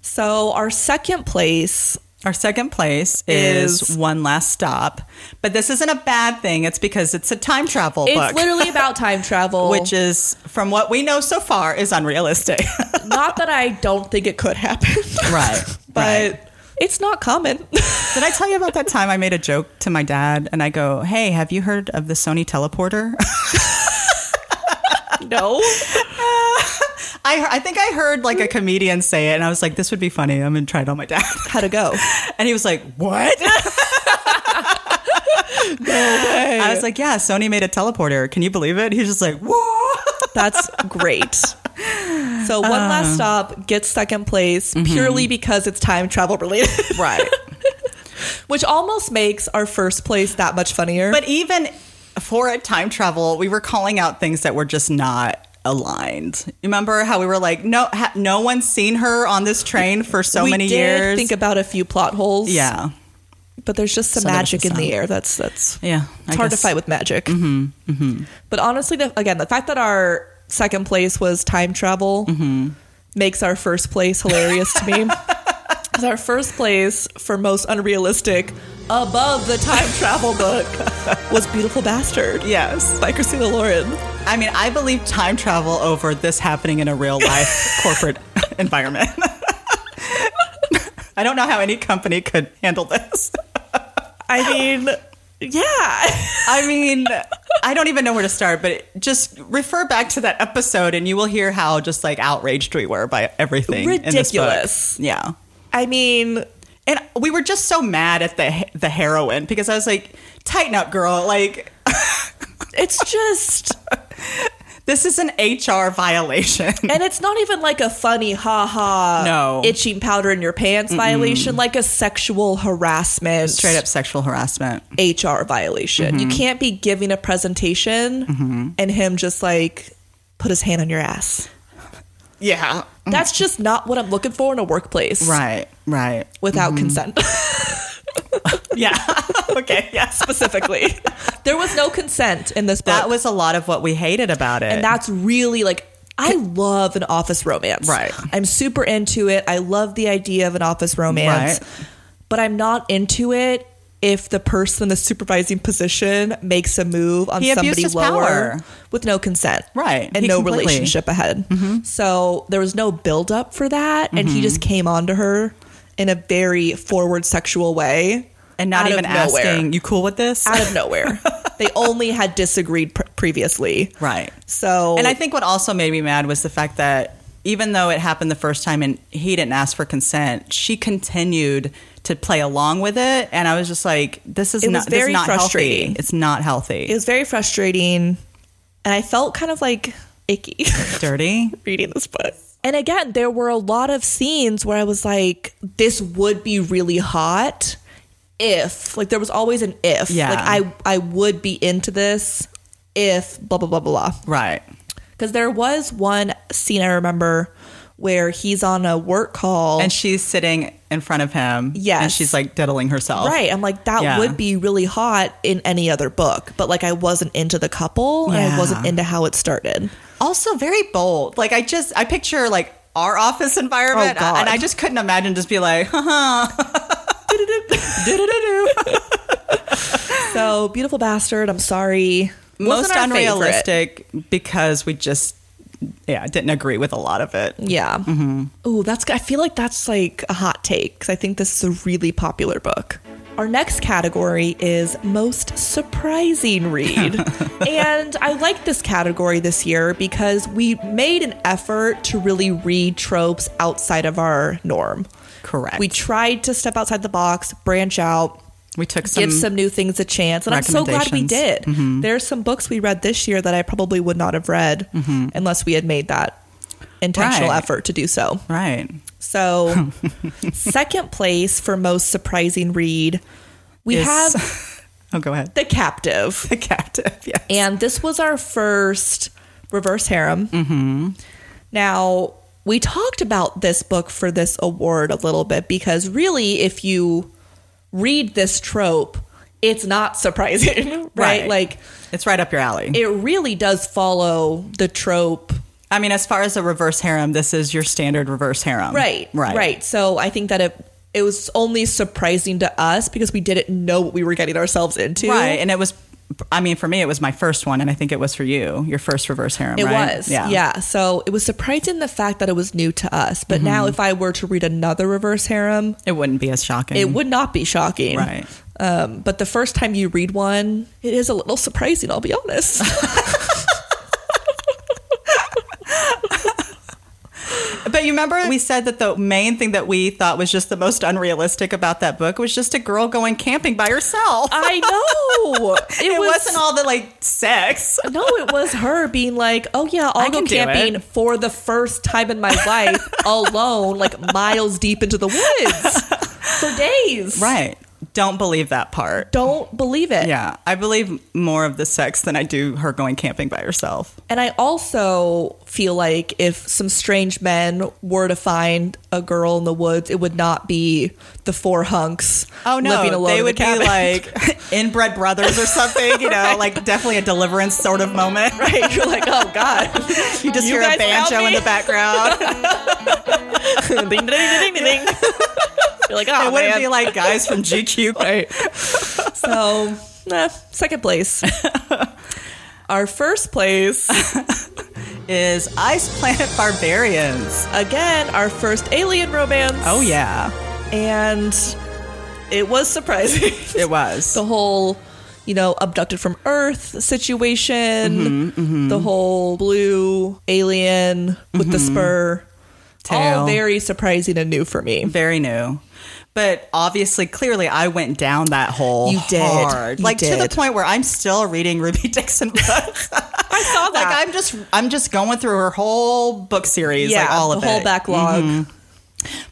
Speaker 2: So our second place,
Speaker 1: Our second place is,
Speaker 2: Is-
Speaker 1: One Last Stop, but this isn't a bad thing. It's because it's a time travel
Speaker 2: it's
Speaker 1: book,
Speaker 2: literally about [laughs] time travel,
Speaker 1: which is, from what we know so far, is unrealistic.
Speaker 2: not that I don't think it could happen, [laughs]
Speaker 1: [laughs] Right.
Speaker 2: but it's not [laughs] common.
Speaker 1: Did I tell you about that time I made a joke to my dad and I go, Hey, have you heard of the Sony teleporter? [laughs]
Speaker 2: no,
Speaker 1: I, I think I heard like a comedian say it and I was like, This would be funny. I'm going to try it on my dad. [laughs]
Speaker 2: how to go?
Speaker 1: And he was like, What? [laughs] I was like, Yeah, Sony made a teleporter. Can you believe it? He's just like, Whoa. [laughs]
Speaker 2: That's great. So one last stop gets second place purely because it's time travel related, [laughs]
Speaker 1: Right.
Speaker 2: which almost makes our first place that much funnier.
Speaker 1: But even for a time travel, we were calling out things that were just not aligned. You Remember how we were like, no, ha- no one's seen her on this train for so
Speaker 2: we
Speaker 1: many
Speaker 2: did
Speaker 1: years.
Speaker 2: think about a few plot holes.
Speaker 1: yeah.
Speaker 2: but there's just some
Speaker 1: So there's
Speaker 2: magic
Speaker 1: the
Speaker 2: in the
Speaker 1: sound.
Speaker 2: air. That's that's
Speaker 1: Yeah,
Speaker 2: It's
Speaker 1: I
Speaker 2: hard
Speaker 1: guess. Mm-hmm,
Speaker 2: to fight with magic. But honestly, the, again, the fact that our second place was time travel
Speaker 1: Mm-hmm.
Speaker 2: makes our first place hilarious
Speaker 1: [laughs]
Speaker 2: to me. Because our first place for most unrealistic above the time travel book was Beautiful Bastard
Speaker 1: Yes.
Speaker 2: by Christina Lauren.
Speaker 1: I mean, I believe time travel over this happening in a real life [laughs] corporate environment. I don't know how any company could handle this.
Speaker 2: I mean, yeah.
Speaker 1: I mean, I don't even know where to start, but just refer back to that episode and you will hear how just like outraged we were by everything. in this book.
Speaker 2: Ridiculous.
Speaker 1: Yeah.
Speaker 2: I mean,
Speaker 1: And we were just so mad at the the heroine because I was like, "Tighten up, girl. Like
Speaker 2: it's just,
Speaker 1: this is an HR violation."
Speaker 2: and it's not even like a funny, ha ha,
Speaker 1: No.
Speaker 2: itching powder in your pants violation, like a sexual
Speaker 1: [laughs]
Speaker 2: harassment.
Speaker 1: Straight up sexual harassment.
Speaker 2: HR violation.
Speaker 1: Mm-hmm.
Speaker 2: You can't be giving a presentation and him just like put his hand on your ass.
Speaker 1: Yeah.
Speaker 2: That's just not what I'm looking for in a workplace
Speaker 1: Mm. Right. Mm-hmm. Right.
Speaker 2: without consent. [laughs]
Speaker 1: Yeah. okay. Yes.
Speaker 2: Specifically, there was no consent in this book.
Speaker 1: That was a lot of what we hated about it.
Speaker 2: and that's really like I love an office romance.
Speaker 1: Right.
Speaker 2: I'm super into it. I love the idea of an office romance.
Speaker 1: Right.
Speaker 2: But I'm not into it if the person in the supervising position makes a move on
Speaker 1: He abused
Speaker 2: somebody
Speaker 1: his
Speaker 2: lower
Speaker 1: power.
Speaker 2: with no consent.
Speaker 1: Right.
Speaker 2: And
Speaker 1: He
Speaker 2: no
Speaker 1: completely- Mm-hmm.
Speaker 2: relationship ahead. So there was no build up for that and he just came on to her in a very forward sexual way.
Speaker 1: and not
Speaker 2: out of
Speaker 1: even
Speaker 2: nowhere.
Speaker 1: asking, "You cool with this?"
Speaker 2: out
Speaker 1: [laughs]
Speaker 2: of nowhere. they only had disagreed pr- previously.
Speaker 1: right.
Speaker 2: So
Speaker 1: And I think what also made me mad was the fact that even though it happened the first time and he didn't ask for consent, she continued to play along with it, and I was just like, "This is
Speaker 2: It was
Speaker 1: not this is
Speaker 2: very
Speaker 1: not healthy.
Speaker 2: frustrating.
Speaker 1: It's not healthy.
Speaker 2: it was very frustrating and i felt kind of like icky [laughs]
Speaker 1: dirty."
Speaker 2: reading this book and again there were a lot of scenes where i was like this would be really hot if like there was always an if
Speaker 1: Yeah.
Speaker 2: like i i would be into this if blah blah blah blah
Speaker 1: Right.
Speaker 2: because there was one scene i remember where he's on a work call
Speaker 1: And she's sitting in front of him. And
Speaker 2: Oh. Yes.
Speaker 1: she's like diddling herself.
Speaker 2: Right. I'm like, that
Speaker 1: Yeah.
Speaker 2: would be really hot in any other book. But like, I wasn't into the couple and
Speaker 1: Yeah.
Speaker 2: I wasn't into how it started.
Speaker 1: also very bold. Like I just I picture like our office environment,
Speaker 2: Oh, God.
Speaker 1: and I just couldn't imagine just be like, [laughs] haha. Du-du-du.
Speaker 2: [laughs] So beautiful bastard. I'm sorry.
Speaker 1: Most
Speaker 2: Wasn't our favorite.
Speaker 1: unrealistic because we just yeah didn't agree with a lot of it.
Speaker 2: Yeah. Ooh, that's. I feel like that's like a hot take because I think this is a really popular book. Our next category is most surprising read. [laughs] and I like this category this year because we made an effort to really read tropes outside of our norm.
Speaker 1: Correct.
Speaker 2: We
Speaker 1: We
Speaker 2: tried to step outside the box, branch out,
Speaker 1: we took some.
Speaker 2: give some new things a chance. And I'm so glad we
Speaker 1: recommendations. Mm-hmm.
Speaker 2: did. There's some books we read this year that I probably would not have read unless we had made that
Speaker 1: Mm-hmm.
Speaker 2: intentional
Speaker 1: Right.
Speaker 2: effort to do so.
Speaker 1: right. [laughs]
Speaker 2: So, second place for most surprising read, we
Speaker 1: Is-
Speaker 2: have
Speaker 1: [laughs] Oh, go ahead.
Speaker 2: The Captive.
Speaker 1: The captive. Yeah.
Speaker 2: And this was our first reverse harem. Mm-hmm. Now, we talked about this book for this award a little bit because, really, if you read this trope, it's not surprising, [laughs] right?
Speaker 1: Right.
Speaker 2: Like
Speaker 1: It's right up your alley.
Speaker 2: it really does follow the trope.
Speaker 1: I mean, as far as a reverse harem, this is your standard reverse harem.
Speaker 2: Right.
Speaker 1: Right.
Speaker 2: Right. So I think that it it was only surprising to us because we didn't know what we were getting ourselves into.
Speaker 1: Right. And it was, I mean, for me, it was my first one, and I think it was for you, your first reverse harem.
Speaker 2: It
Speaker 1: right?
Speaker 2: was. Yeah. So it was surprising the fact that it was new to us. But now if I were to read another reverse harem,
Speaker 1: It wouldn't be as shocking.
Speaker 2: it would not be shocking.
Speaker 1: Right.
Speaker 2: Um, but the first time you read one, it is a little surprising, I'll be honest.
Speaker 1: But you remember we said that the main thing that we thought was just the most unrealistic about that book was just a girl going camping by herself.
Speaker 2: [laughs] I know. It,
Speaker 1: [laughs] it
Speaker 2: was,
Speaker 1: was, not all the like sex.
Speaker 2: No, it was her being like, "Oh yeah, I'll
Speaker 1: I
Speaker 2: go
Speaker 1: can do
Speaker 2: camping
Speaker 1: it."
Speaker 2: for the first time in my life alone, like miles deep into the [laughs] woods for days."
Speaker 1: Right. Don't believe that part.
Speaker 2: Don't believe it.
Speaker 1: Yeah, I believe more of the sex than I do her going camping by herself.
Speaker 2: And I also feel like if some strange men were to find a girl in the woods, it would not be the four hunks
Speaker 1: Oh no,
Speaker 2: living alone
Speaker 1: they
Speaker 2: in
Speaker 1: would
Speaker 2: the
Speaker 1: be [laughs]
Speaker 2: cabin.
Speaker 1: like inbred brothers or something, you know, like definitely a deliverance sort of moment. [laughs]
Speaker 2: [laughs] right? You're like, "Oh god."
Speaker 1: You just hear
Speaker 2: You
Speaker 1: a
Speaker 2: guys found
Speaker 1: banjo
Speaker 2: me.
Speaker 1: in the background. [laughs]
Speaker 2: ding, ding, ding, ding, ding, ding. You're like, "Oh,
Speaker 1: it wouldn't
Speaker 2: man."
Speaker 1: be like guys from [laughs] GQ.
Speaker 2: right. [laughs] So, eh,
Speaker 1: [laughs]
Speaker 2: second place. Our first place,
Speaker 1: Is Ice Planet Barbarians.
Speaker 2: again, our first alien romance.
Speaker 1: Oh yeah,
Speaker 2: And it was surprising. [laughs]
Speaker 1: it was.
Speaker 2: the whole, you know, abducted from Earth situation,
Speaker 1: Mm-hmm,
Speaker 2: the whole blue alien with the spur.
Speaker 1: Mm-hmm.
Speaker 2: All
Speaker 1: Tail.
Speaker 2: very surprising and new for me.
Speaker 1: very new. But obviously, clearly, I went down that hole.
Speaker 2: You did.
Speaker 1: hard.
Speaker 2: You
Speaker 1: like to
Speaker 2: did.
Speaker 1: the point where I'm still reading Ruby [laughs] Dixon books.
Speaker 2: I saw
Speaker 1: like I'm just, I'm just going through her whole book series, like all of
Speaker 2: the whole
Speaker 1: it. Mm-hmm.
Speaker 2: backlog.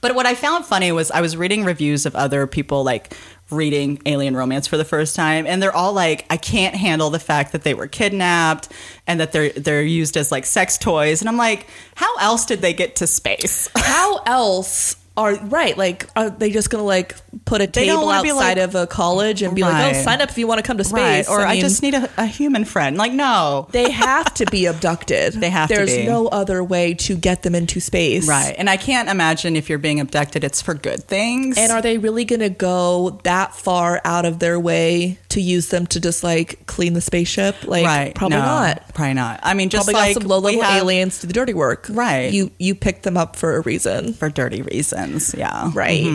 Speaker 1: But what I found funny was I was reading reviews of other people like reading Alien Romance for the first time, and they're all like, "I can't handle the fact that they were kidnapped and that they're they're used as like sex toys." And I'm like, "How else did they get to space?"
Speaker 2: how else are right like are they just gonna like put a
Speaker 1: don't
Speaker 2: table
Speaker 1: wanna be
Speaker 2: outside
Speaker 1: like-
Speaker 2: of a college and be like oh
Speaker 1: Right.
Speaker 2: sign up if you want to come to space
Speaker 1: Or I,
Speaker 2: mean,
Speaker 1: just need a, a human friend. Like, no.
Speaker 2: they have to be abducted they
Speaker 1: have to
Speaker 2: there's
Speaker 1: be.
Speaker 2: no other way to get them into space
Speaker 1: Right. And I can't imagine if you're being abducted, it's for good things.
Speaker 2: and are they really gonna go that far out of their way to use them to just like clean the spaceship like
Speaker 1: right.
Speaker 2: probably
Speaker 1: no,
Speaker 2: not
Speaker 1: Probably not. I mean, just
Speaker 2: probably
Speaker 1: like
Speaker 2: got some low level
Speaker 1: we have
Speaker 2: aliens to do the dirty work
Speaker 1: Right.
Speaker 2: you you picked them up for a reason
Speaker 1: for dirty reasons. Yeah.
Speaker 2: right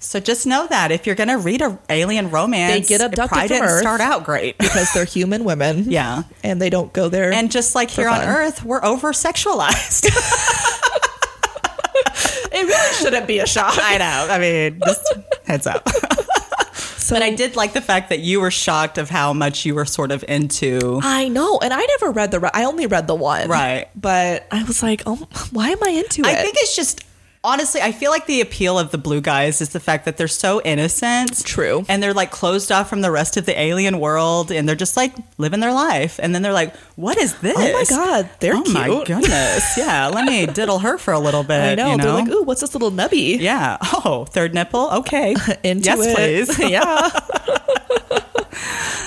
Speaker 1: So just know that if you're going to read a alien romance,
Speaker 2: They get abducted
Speaker 1: it probably
Speaker 2: from
Speaker 1: didn't
Speaker 2: Earth.
Speaker 1: start out great.
Speaker 2: [laughs] because they're human women
Speaker 1: [laughs] Yeah.
Speaker 2: and they don't go there
Speaker 1: And just like
Speaker 2: For
Speaker 1: here on
Speaker 2: fun.
Speaker 1: Earth, we're over sexualized.
Speaker 2: It really shouldn't be a shock.
Speaker 1: [laughs] I know. I mean, just heads up.
Speaker 2: [laughs] So
Speaker 1: But I did like the fact that you were shocked of how much you were sort of into.
Speaker 2: I know, and I never read the. re- I only read the one.
Speaker 1: Right.
Speaker 2: But I was like, oh, why am I into it?
Speaker 1: I think it's just honestly, I feel like the appeal of the blue guys is the fact that they're so innocent.
Speaker 2: True.
Speaker 1: And they're like closed off from the rest of the alien world and they're just like living their life. And then they're like, what is this?
Speaker 2: Oh my god, they're
Speaker 1: Oh
Speaker 2: cute.
Speaker 1: my
Speaker 2: [laughs]
Speaker 1: goodness. Yeah. Let me diddle her for a little bit.
Speaker 2: I know.
Speaker 1: you
Speaker 2: They're like, ooh, what's this little nubby?
Speaker 1: Yeah. Oh, third nipple. Okay.
Speaker 2: [laughs] Into
Speaker 1: yes,
Speaker 2: it. [laughs]
Speaker 1: please.
Speaker 2: yeah.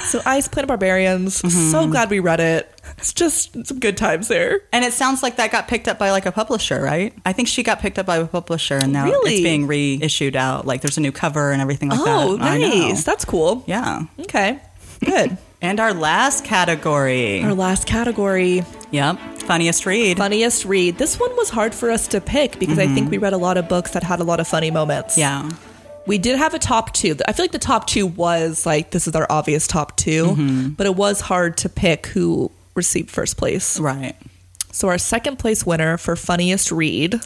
Speaker 2: so Ice Planet Barbarians. So glad we read it. It's just some good times there.
Speaker 1: And it sounds like that got picked up by like a publisher, right? I think she got picked up by a publisher, and now
Speaker 2: Really?
Speaker 1: it's being reissued out. Like there's a new cover and everything like that.
Speaker 2: Oh,
Speaker 1: I know.
Speaker 2: nice. That's cool.
Speaker 1: Yeah.
Speaker 2: Okay. Good.
Speaker 1: And our last category.
Speaker 2: [laughs] Our last category
Speaker 1: Yep. Funniest read.
Speaker 2: funniest read. This one was hard for us to pick because I think we read a lot of books that had a lot of funny moments.
Speaker 1: Yeah.
Speaker 2: We did have a top two. I feel like the top two was like, this is our obvious top 2 but it was hard to pick who received first place.
Speaker 1: Right.
Speaker 2: So, our second place winner for funniest read,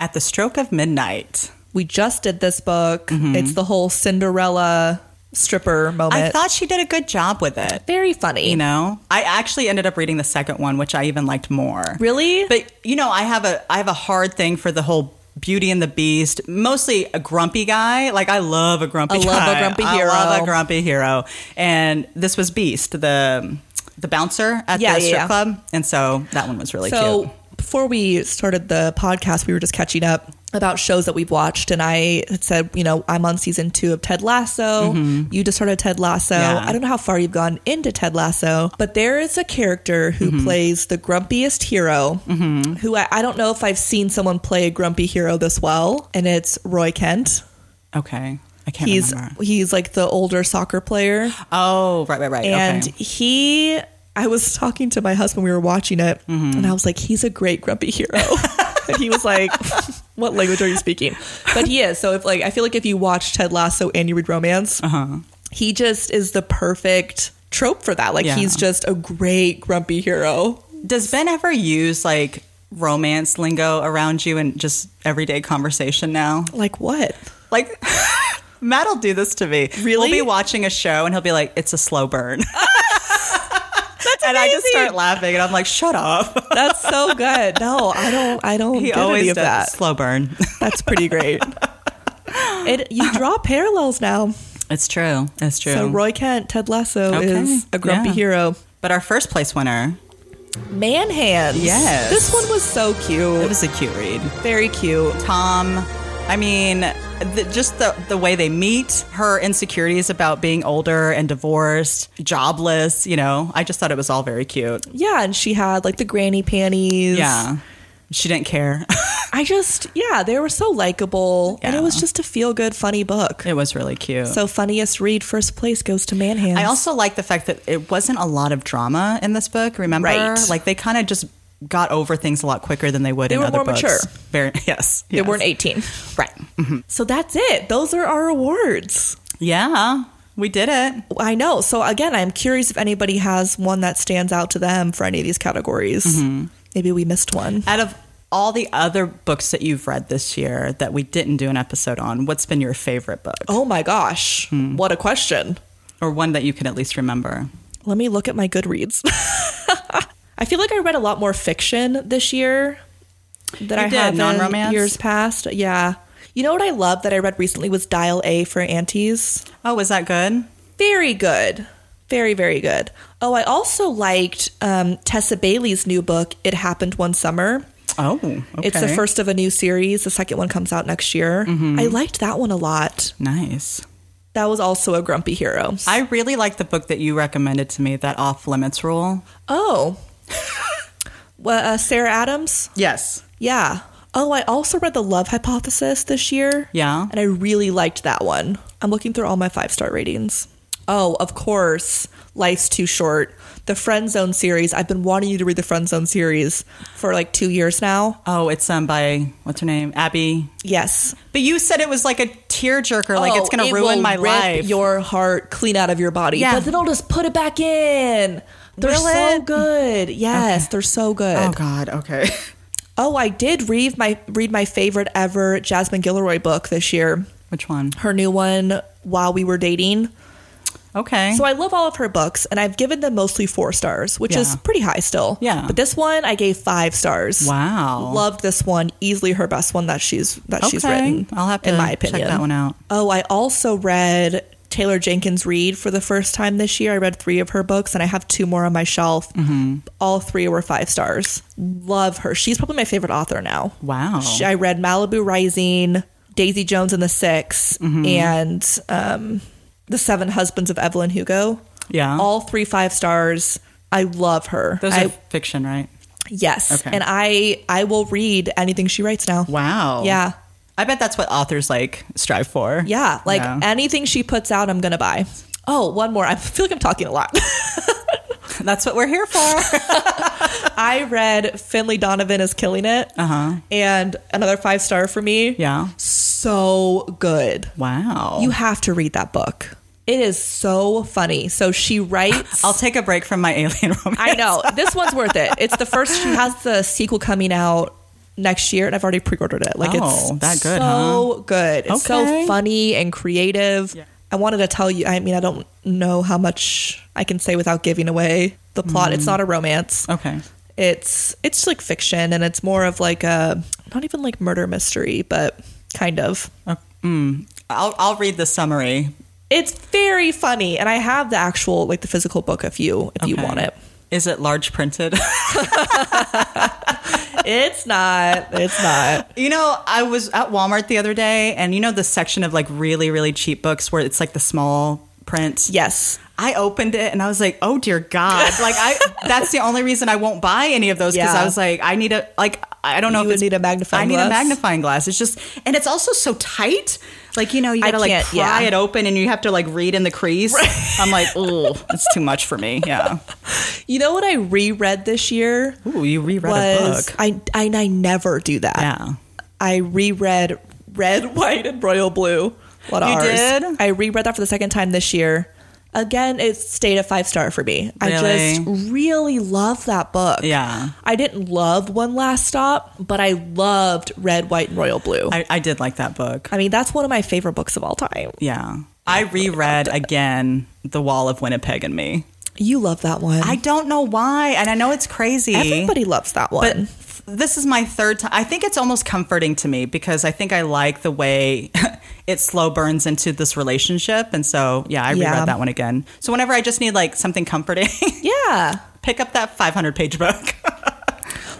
Speaker 1: At the stroke of midnight.
Speaker 2: we just did this book. It's the whole Cinderella stripper moment.
Speaker 1: Mm-hmm. I thought she did a good job with it.
Speaker 2: very funny.
Speaker 1: You know, I actually ended up reading the second one, which I even liked more.
Speaker 2: Really?
Speaker 1: But you know, I have a I have a hard thing for the whole Beauty and the Beast, mostly a grumpy guy. Like I love a grumpy.
Speaker 2: I love a
Speaker 1: guy.
Speaker 2: grumpy
Speaker 1: I love
Speaker 2: hero.
Speaker 1: a grumpy hero. And this was Beast, the the bouncer at
Speaker 2: Yeah,
Speaker 1: the
Speaker 2: yeah,
Speaker 1: strip
Speaker 2: yeah.
Speaker 1: club, and so that one was really
Speaker 2: so
Speaker 1: cute.
Speaker 2: before we started the podcast, we were just catching up about shows that we've watched, and I had said, you know, I'm on season two of Ted Lasso. You just started Ted Lasso.
Speaker 1: Mm-hmm. Yeah.
Speaker 2: I don't know how far you've gone into Ted Lasso, but there is a character who
Speaker 1: Mm-hmm.
Speaker 2: plays the grumpiest hero, who I, I don't know if I've seen someone play a grumpy hero this well, and it's Roy Kent.
Speaker 1: Okay. I can't
Speaker 2: He's
Speaker 1: remember.
Speaker 2: he's like the older
Speaker 1: [gasps]
Speaker 2: soccer player
Speaker 1: Oh, right, right, right.
Speaker 2: and
Speaker 1: okay.
Speaker 2: he i was talking to my husband we were watching it
Speaker 1: Mm-hmm.
Speaker 2: and i was like he's a great
Speaker 1: [laughs]
Speaker 2: grumpy hero and he was like [laughs] what language are you speaking but he is so if like i feel like if you watch ted lasso and you read romance
Speaker 1: Uh-huh.
Speaker 2: he just is the perfect trope for that like
Speaker 1: Yeah.
Speaker 2: he's just a great grumpy hero
Speaker 1: Does Ben ever use like romance lingo around you in just everyday conversation now?
Speaker 2: like what
Speaker 1: Like, [laughs] Matt'll do this to me.
Speaker 2: Really?
Speaker 1: We'll be watching a show and he'll be like, "It's a slow [laughs] burn." And I just
Speaker 2: amazing.
Speaker 1: start laughing, and I'm like, "Shut up!"
Speaker 2: that's so good no i don't i don't
Speaker 1: [laughs] He
Speaker 2: get
Speaker 1: always
Speaker 2: any
Speaker 1: does
Speaker 2: of that
Speaker 1: slow burn.
Speaker 2: that's pretty great
Speaker 1: [laughs]
Speaker 2: it, you draw parallels now
Speaker 1: It's true. It's true.
Speaker 2: so roy kent ted lasso
Speaker 1: Okay.
Speaker 2: is a grumpy
Speaker 1: Yeah.
Speaker 2: hero
Speaker 1: but our first place winner,
Speaker 2: Man hands.
Speaker 1: Yes.
Speaker 2: This one was so
Speaker 1: it
Speaker 2: cute.
Speaker 1: was a cute read.
Speaker 2: Very cute.
Speaker 1: Tom. I mean, the, just the the way they meet, her insecurities about being older and divorced, jobless. You know, I just thought it was all very cute.
Speaker 2: Yeah, and she had like the granny panties.
Speaker 1: Yeah, she didn't care.
Speaker 2: I just, yeah, they were so likable. And
Speaker 1: Yeah.
Speaker 2: it was just a feel good, funny book.
Speaker 1: it was really cute.
Speaker 2: So, funniest read, first place goes to Man Hands.
Speaker 1: I also like the fact that it wasn't a lot of drama in this book. Remember,
Speaker 2: Right.
Speaker 1: like they kind of just got over things a lot quicker than they would in
Speaker 2: were
Speaker 1: other
Speaker 2: more
Speaker 1: books.
Speaker 2: mature.
Speaker 1: Very, [laughs] yes,
Speaker 2: They
Speaker 1: yes.
Speaker 2: weren't 18.
Speaker 1: right. Mm-hmm.
Speaker 2: So, that's it. Those are our awards.
Speaker 1: Yeah, we did it.
Speaker 2: I know. So, again, I'm curious if anybody has one that stands out to them for any of these categories.
Speaker 1: Mm-hmm.
Speaker 2: Maybe we missed one.
Speaker 1: Out of all the other books that you've read this year that we didn't do an episode on, what's been your favorite book,
Speaker 2: Oh my gosh.
Speaker 1: Hmm.
Speaker 2: What a question.
Speaker 1: or one that you can at least remember?
Speaker 2: Let me look at my Goodreads. [laughs] I feel like I read a lot more fiction this year than I
Speaker 1: did,
Speaker 2: have in
Speaker 1: non-romance?
Speaker 2: years past. Yeah. You know what I love that I read recently was Dial A for Aunties.
Speaker 1: Oh, was that good?
Speaker 2: Very good. Very, very good. Oh, I also liked um, Tessa Bailey's new book, It Happened One Summer.
Speaker 1: Oh, okay. Mm-hmm.
Speaker 2: It's the first of a new series. The second one comes out next year. I liked that one a lot.
Speaker 1: Nice.
Speaker 2: That was also a grumpy hero.
Speaker 1: I really like the book that you recommended to me, that off limits rule.
Speaker 2: oh. well, uh, Sarah Adams?
Speaker 1: Yes.
Speaker 2: Yeah. Oh, I also read The Love Hypothesis this year.
Speaker 1: Yeah.
Speaker 2: And I really liked that one. I'm looking through all my five star ratings. Oh, of course, Life's Too Short. The Friend Zone series. I've been wanting you to read the Friend Zone series for like two years now.
Speaker 1: Oh, it's um by what's her name, Abby.
Speaker 2: Yes.
Speaker 1: But you said it was like a tearjerker, like it's
Speaker 2: Oh,
Speaker 1: going
Speaker 2: it
Speaker 1: to ruin
Speaker 2: will
Speaker 1: my
Speaker 2: rip
Speaker 1: life.
Speaker 2: Your heart clean out of your body.
Speaker 1: Yeah.
Speaker 2: But then I'll just put it back in. They're
Speaker 1: Will
Speaker 2: so
Speaker 1: it?
Speaker 2: good. Yes, they're so good.
Speaker 1: oh God. Okay.
Speaker 2: Oh, I did read my read my favorite ever Jasmine Gilroy book this year.
Speaker 1: [laughs] Which one?
Speaker 2: her new one while we were dating.
Speaker 1: Okay.
Speaker 2: So I love all of her books, and I've given them mostly four stars, which is
Speaker 1: Yeah.
Speaker 2: pretty high still.
Speaker 1: Yeah.
Speaker 2: But this one I gave five stars.
Speaker 1: Wow.
Speaker 2: Loved this one. Easily her best one that she's that she's
Speaker 1: Okay.
Speaker 2: written.
Speaker 1: I'll have to
Speaker 2: in my
Speaker 1: check
Speaker 2: opinion.
Speaker 1: that one out.
Speaker 2: Oh, I also read Taylor Jenkins Reid for the first time this year. I read three of her books, and I have two more on my shelf.
Speaker 1: Mm-hmm.
Speaker 2: All three were five stars. Love her. She's probably my favorite author now.
Speaker 1: wow.
Speaker 2: Sh- I read Malibu Rising, Daisy Jones and the 6
Speaker 1: Mm-hmm.
Speaker 2: and um, The Seven Husbands of Evelyn Hugo.
Speaker 1: Yeah.
Speaker 2: All three five stars. I love her.
Speaker 1: Those
Speaker 2: I,
Speaker 1: are fiction, right?
Speaker 2: yes.
Speaker 1: Okay.
Speaker 2: And I I will read anything she writes now.
Speaker 1: Wow.
Speaker 2: Yeah.
Speaker 1: I bet that's what authors like strive for.
Speaker 2: Yeah. Like
Speaker 1: Yeah.
Speaker 2: anything she puts out, I'm going to buy. Oh, one more. I feel like I'm talking a lot. [laughs]
Speaker 1: That's what we're here for.
Speaker 2: I read Finley Donovan is Killing It. Uh-huh. And another five star for me.
Speaker 1: [laughs] yeah.
Speaker 2: So good.
Speaker 1: Wow.
Speaker 2: You have to read that book. It is so funny. So she writes.
Speaker 1: [gasps] I'll take a break from my [laughs] alien romance.
Speaker 2: I know this one's worth it. It's the first. She has the sequel coming out next year, and I've already pre-ordered it. Like
Speaker 1: Oh,
Speaker 2: it's
Speaker 1: that good,
Speaker 2: so good. It's so
Speaker 1: Okay.
Speaker 2: funny and creative. I wanted to tell you. I mean, I don't know how much I can say without giving away the plot.
Speaker 1: Mm.
Speaker 2: It's not a romance.
Speaker 1: Okay.
Speaker 2: It's it's like fiction, and it's more of like a not even like murder mystery, but kind of.
Speaker 1: Oh, mm. I'll I'll read the summary.
Speaker 2: It's very funny, and I have the actual like the physical book if you if you
Speaker 1: Okay.
Speaker 2: want it.
Speaker 1: Is it large printed? [laughs]
Speaker 2: It's not.
Speaker 1: [laughs]
Speaker 2: It's not.
Speaker 1: You know, I was at Walmart the other day, and you know the section of like really, really cheap books where it's like the small print.
Speaker 2: Yes.
Speaker 1: I opened it and I was like, "Oh dear
Speaker 2: [laughs]
Speaker 1: God!" Like I, that's the only reason I won't buy any of those because
Speaker 2: Yeah.
Speaker 1: I was like, I need a like, I don't know
Speaker 2: You
Speaker 1: if it's,
Speaker 2: would need a magnifying
Speaker 1: I need a
Speaker 2: glass.
Speaker 1: magnifying glass. It's just, and it's also so tight. Like you know, you
Speaker 2: I
Speaker 1: gotta like
Speaker 2: can't-
Speaker 1: pry
Speaker 2: yeah.
Speaker 1: it open and you have to like read in the crease.
Speaker 2: [laughs]
Speaker 1: I'm like, oh, it's too much for me. Yeah.
Speaker 2: You know what I reread this year
Speaker 1: Ooh, you reread
Speaker 2: was
Speaker 1: a book.
Speaker 2: I, I I never do that.
Speaker 1: Yeah.
Speaker 2: I reread Red, [laughs] White, and Royal Blue. What
Speaker 1: You
Speaker 2: are
Speaker 1: did?
Speaker 2: I reread that for the second time this year. Again, it stayed a five star for me. I just really love that book.
Speaker 1: Yeah.
Speaker 2: I didn't love One Last Stop, but I loved Red, White, and Royal Blue. I,
Speaker 1: I, I did like that book.
Speaker 2: mean, that's one of my favorite books of all time.
Speaker 1: Yeah. I reread again The Wall of Winnipeg and Me.
Speaker 2: You love that one.
Speaker 1: I don't know why, and I know it's crazy.
Speaker 2: Everybody loves that
Speaker 1: but
Speaker 2: one.
Speaker 1: f- this is my third time. I think it's almost comforting to me because I think I like the way [laughs] it slow burns into this relationship. And so, yeah, I reread
Speaker 2: Yeah.
Speaker 1: that one again. So, whenever I just need like something comforting, [laughs]
Speaker 2: yeah.
Speaker 1: pick up that 500 page book.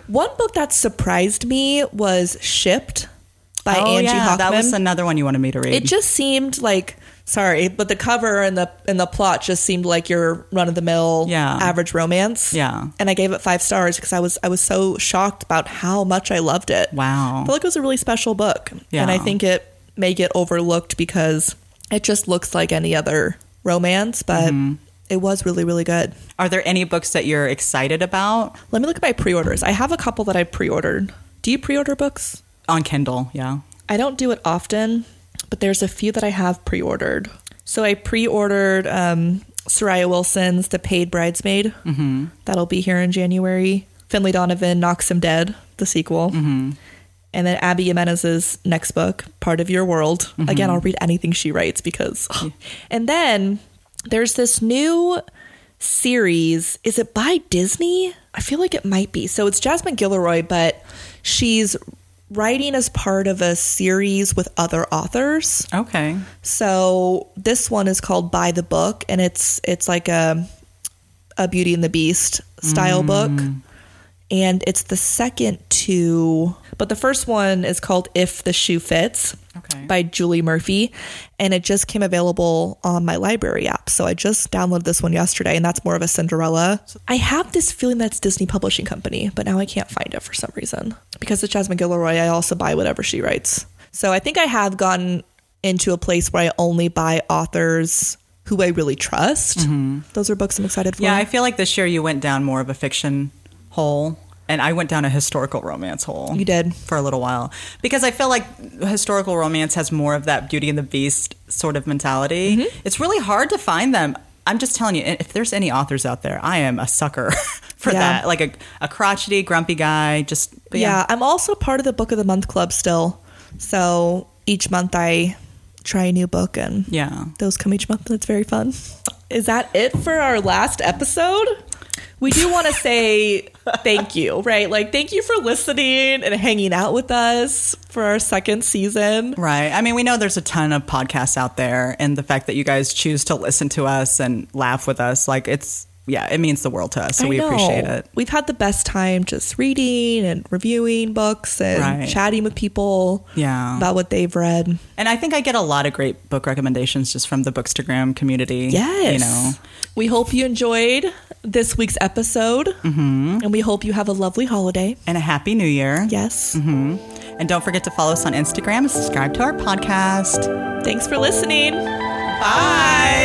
Speaker 2: One book that surprised me was Shipped
Speaker 1: [laughs]
Speaker 2: by Angie Hoffman.
Speaker 1: Oh, that was another one you wanted me to read.
Speaker 2: it just seemed like sorry, but the cover and the and the plot just seemed like your run of the mill
Speaker 1: Yeah.
Speaker 2: average romance.
Speaker 1: Yeah.
Speaker 2: And I gave it five stars because I was I was so shocked about how much I loved it.
Speaker 1: Wow.
Speaker 2: I felt like it was a really special book.
Speaker 1: Yeah.
Speaker 2: And I think it may get overlooked because it just looks like any other romance, but
Speaker 1: Mm-hmm.
Speaker 2: it was really, really good.
Speaker 1: Are there any books that you're excited about
Speaker 2: Let me look at my pre orders. I have a couple that I pre ordered. Do you pre order books?
Speaker 1: on Kindle? Yeah.
Speaker 2: I don't do it often, but there's a few that I have pre ordered. So I pre ordered um, Soraya Wilson's The Paid Bridesmaid. Mm-hmm. That'll be here in January. Finley Donovan Knocks Him Dead, the sequel. Mm-hmm. And then Abby Jimenez's next book, Part of Your World. Again, I'll read anything she writes because. And then there's this new series. Is it by Disney? I feel like it might be. So it's Jasmine Gilroy, but she's writing as part of a series with other authors.
Speaker 1: Okay.
Speaker 2: So this one is called By the Book, and it's it's like a a Beauty and the Beast style book, and it's the second to. But the first one is called If the Shoe Fits
Speaker 1: Okay.
Speaker 2: by Julie Murphy, and it just came available on my library app. So I just downloaded this one yesterday, and that's more of a Cinderella. I have this feeling that's Disney Publishing Company, but now I can't find it for some reason because it's Jasmine Gilroy. I also buy whatever she writes. So I think I have gotten into a place where I only buy authors who I really trust. Those are books I'm excited for.
Speaker 1: Mm-hmm. Yeah, I feel like this year you went down more of a fiction hole, and I went down a historical romance hole.
Speaker 2: You did.
Speaker 1: for a little while because I feel like historical romance has more of that Beauty and the Beast sort of mentality.
Speaker 2: Mm-hmm.
Speaker 1: It's really hard to find them. I'm just telling you, if there's any authors out there, I am a sucker [laughs] for
Speaker 2: Yeah.
Speaker 1: that. Like a, a crotchety, grumpy guy. Just but
Speaker 2: yeah. I'm also part of the Book of the Month Club still. So each month I try a new book and
Speaker 1: yeah.
Speaker 2: those come each month. That's very fun. Is that it for our last episode? We do want to say thank you, right? Like, thank you for listening and hanging out with us for our second season.
Speaker 1: Right. I mean, we know there's a ton of podcasts out there, and the fact that you guys choose to listen to us and laugh with us, like it's yeah, it means the world to us. So
Speaker 2: I
Speaker 1: we
Speaker 2: know.
Speaker 1: appreciate it.
Speaker 2: We've had the best time just reading and reviewing books and
Speaker 1: Right.
Speaker 2: chatting with people
Speaker 1: Yeah.
Speaker 2: about what they've read.
Speaker 1: And I think I get a lot of great book recommendations just from the Bookstagram community.
Speaker 2: Yes.
Speaker 1: You know.
Speaker 2: We hope you enjoyed this week's episode. Mm-hmm. And we hope you have a lovely holiday.
Speaker 1: and a happy new year.
Speaker 2: Yes.
Speaker 1: And don't forget to follow us on Instagram and subscribe to our podcast.
Speaker 2: Thanks for listening.
Speaker 1: Bye.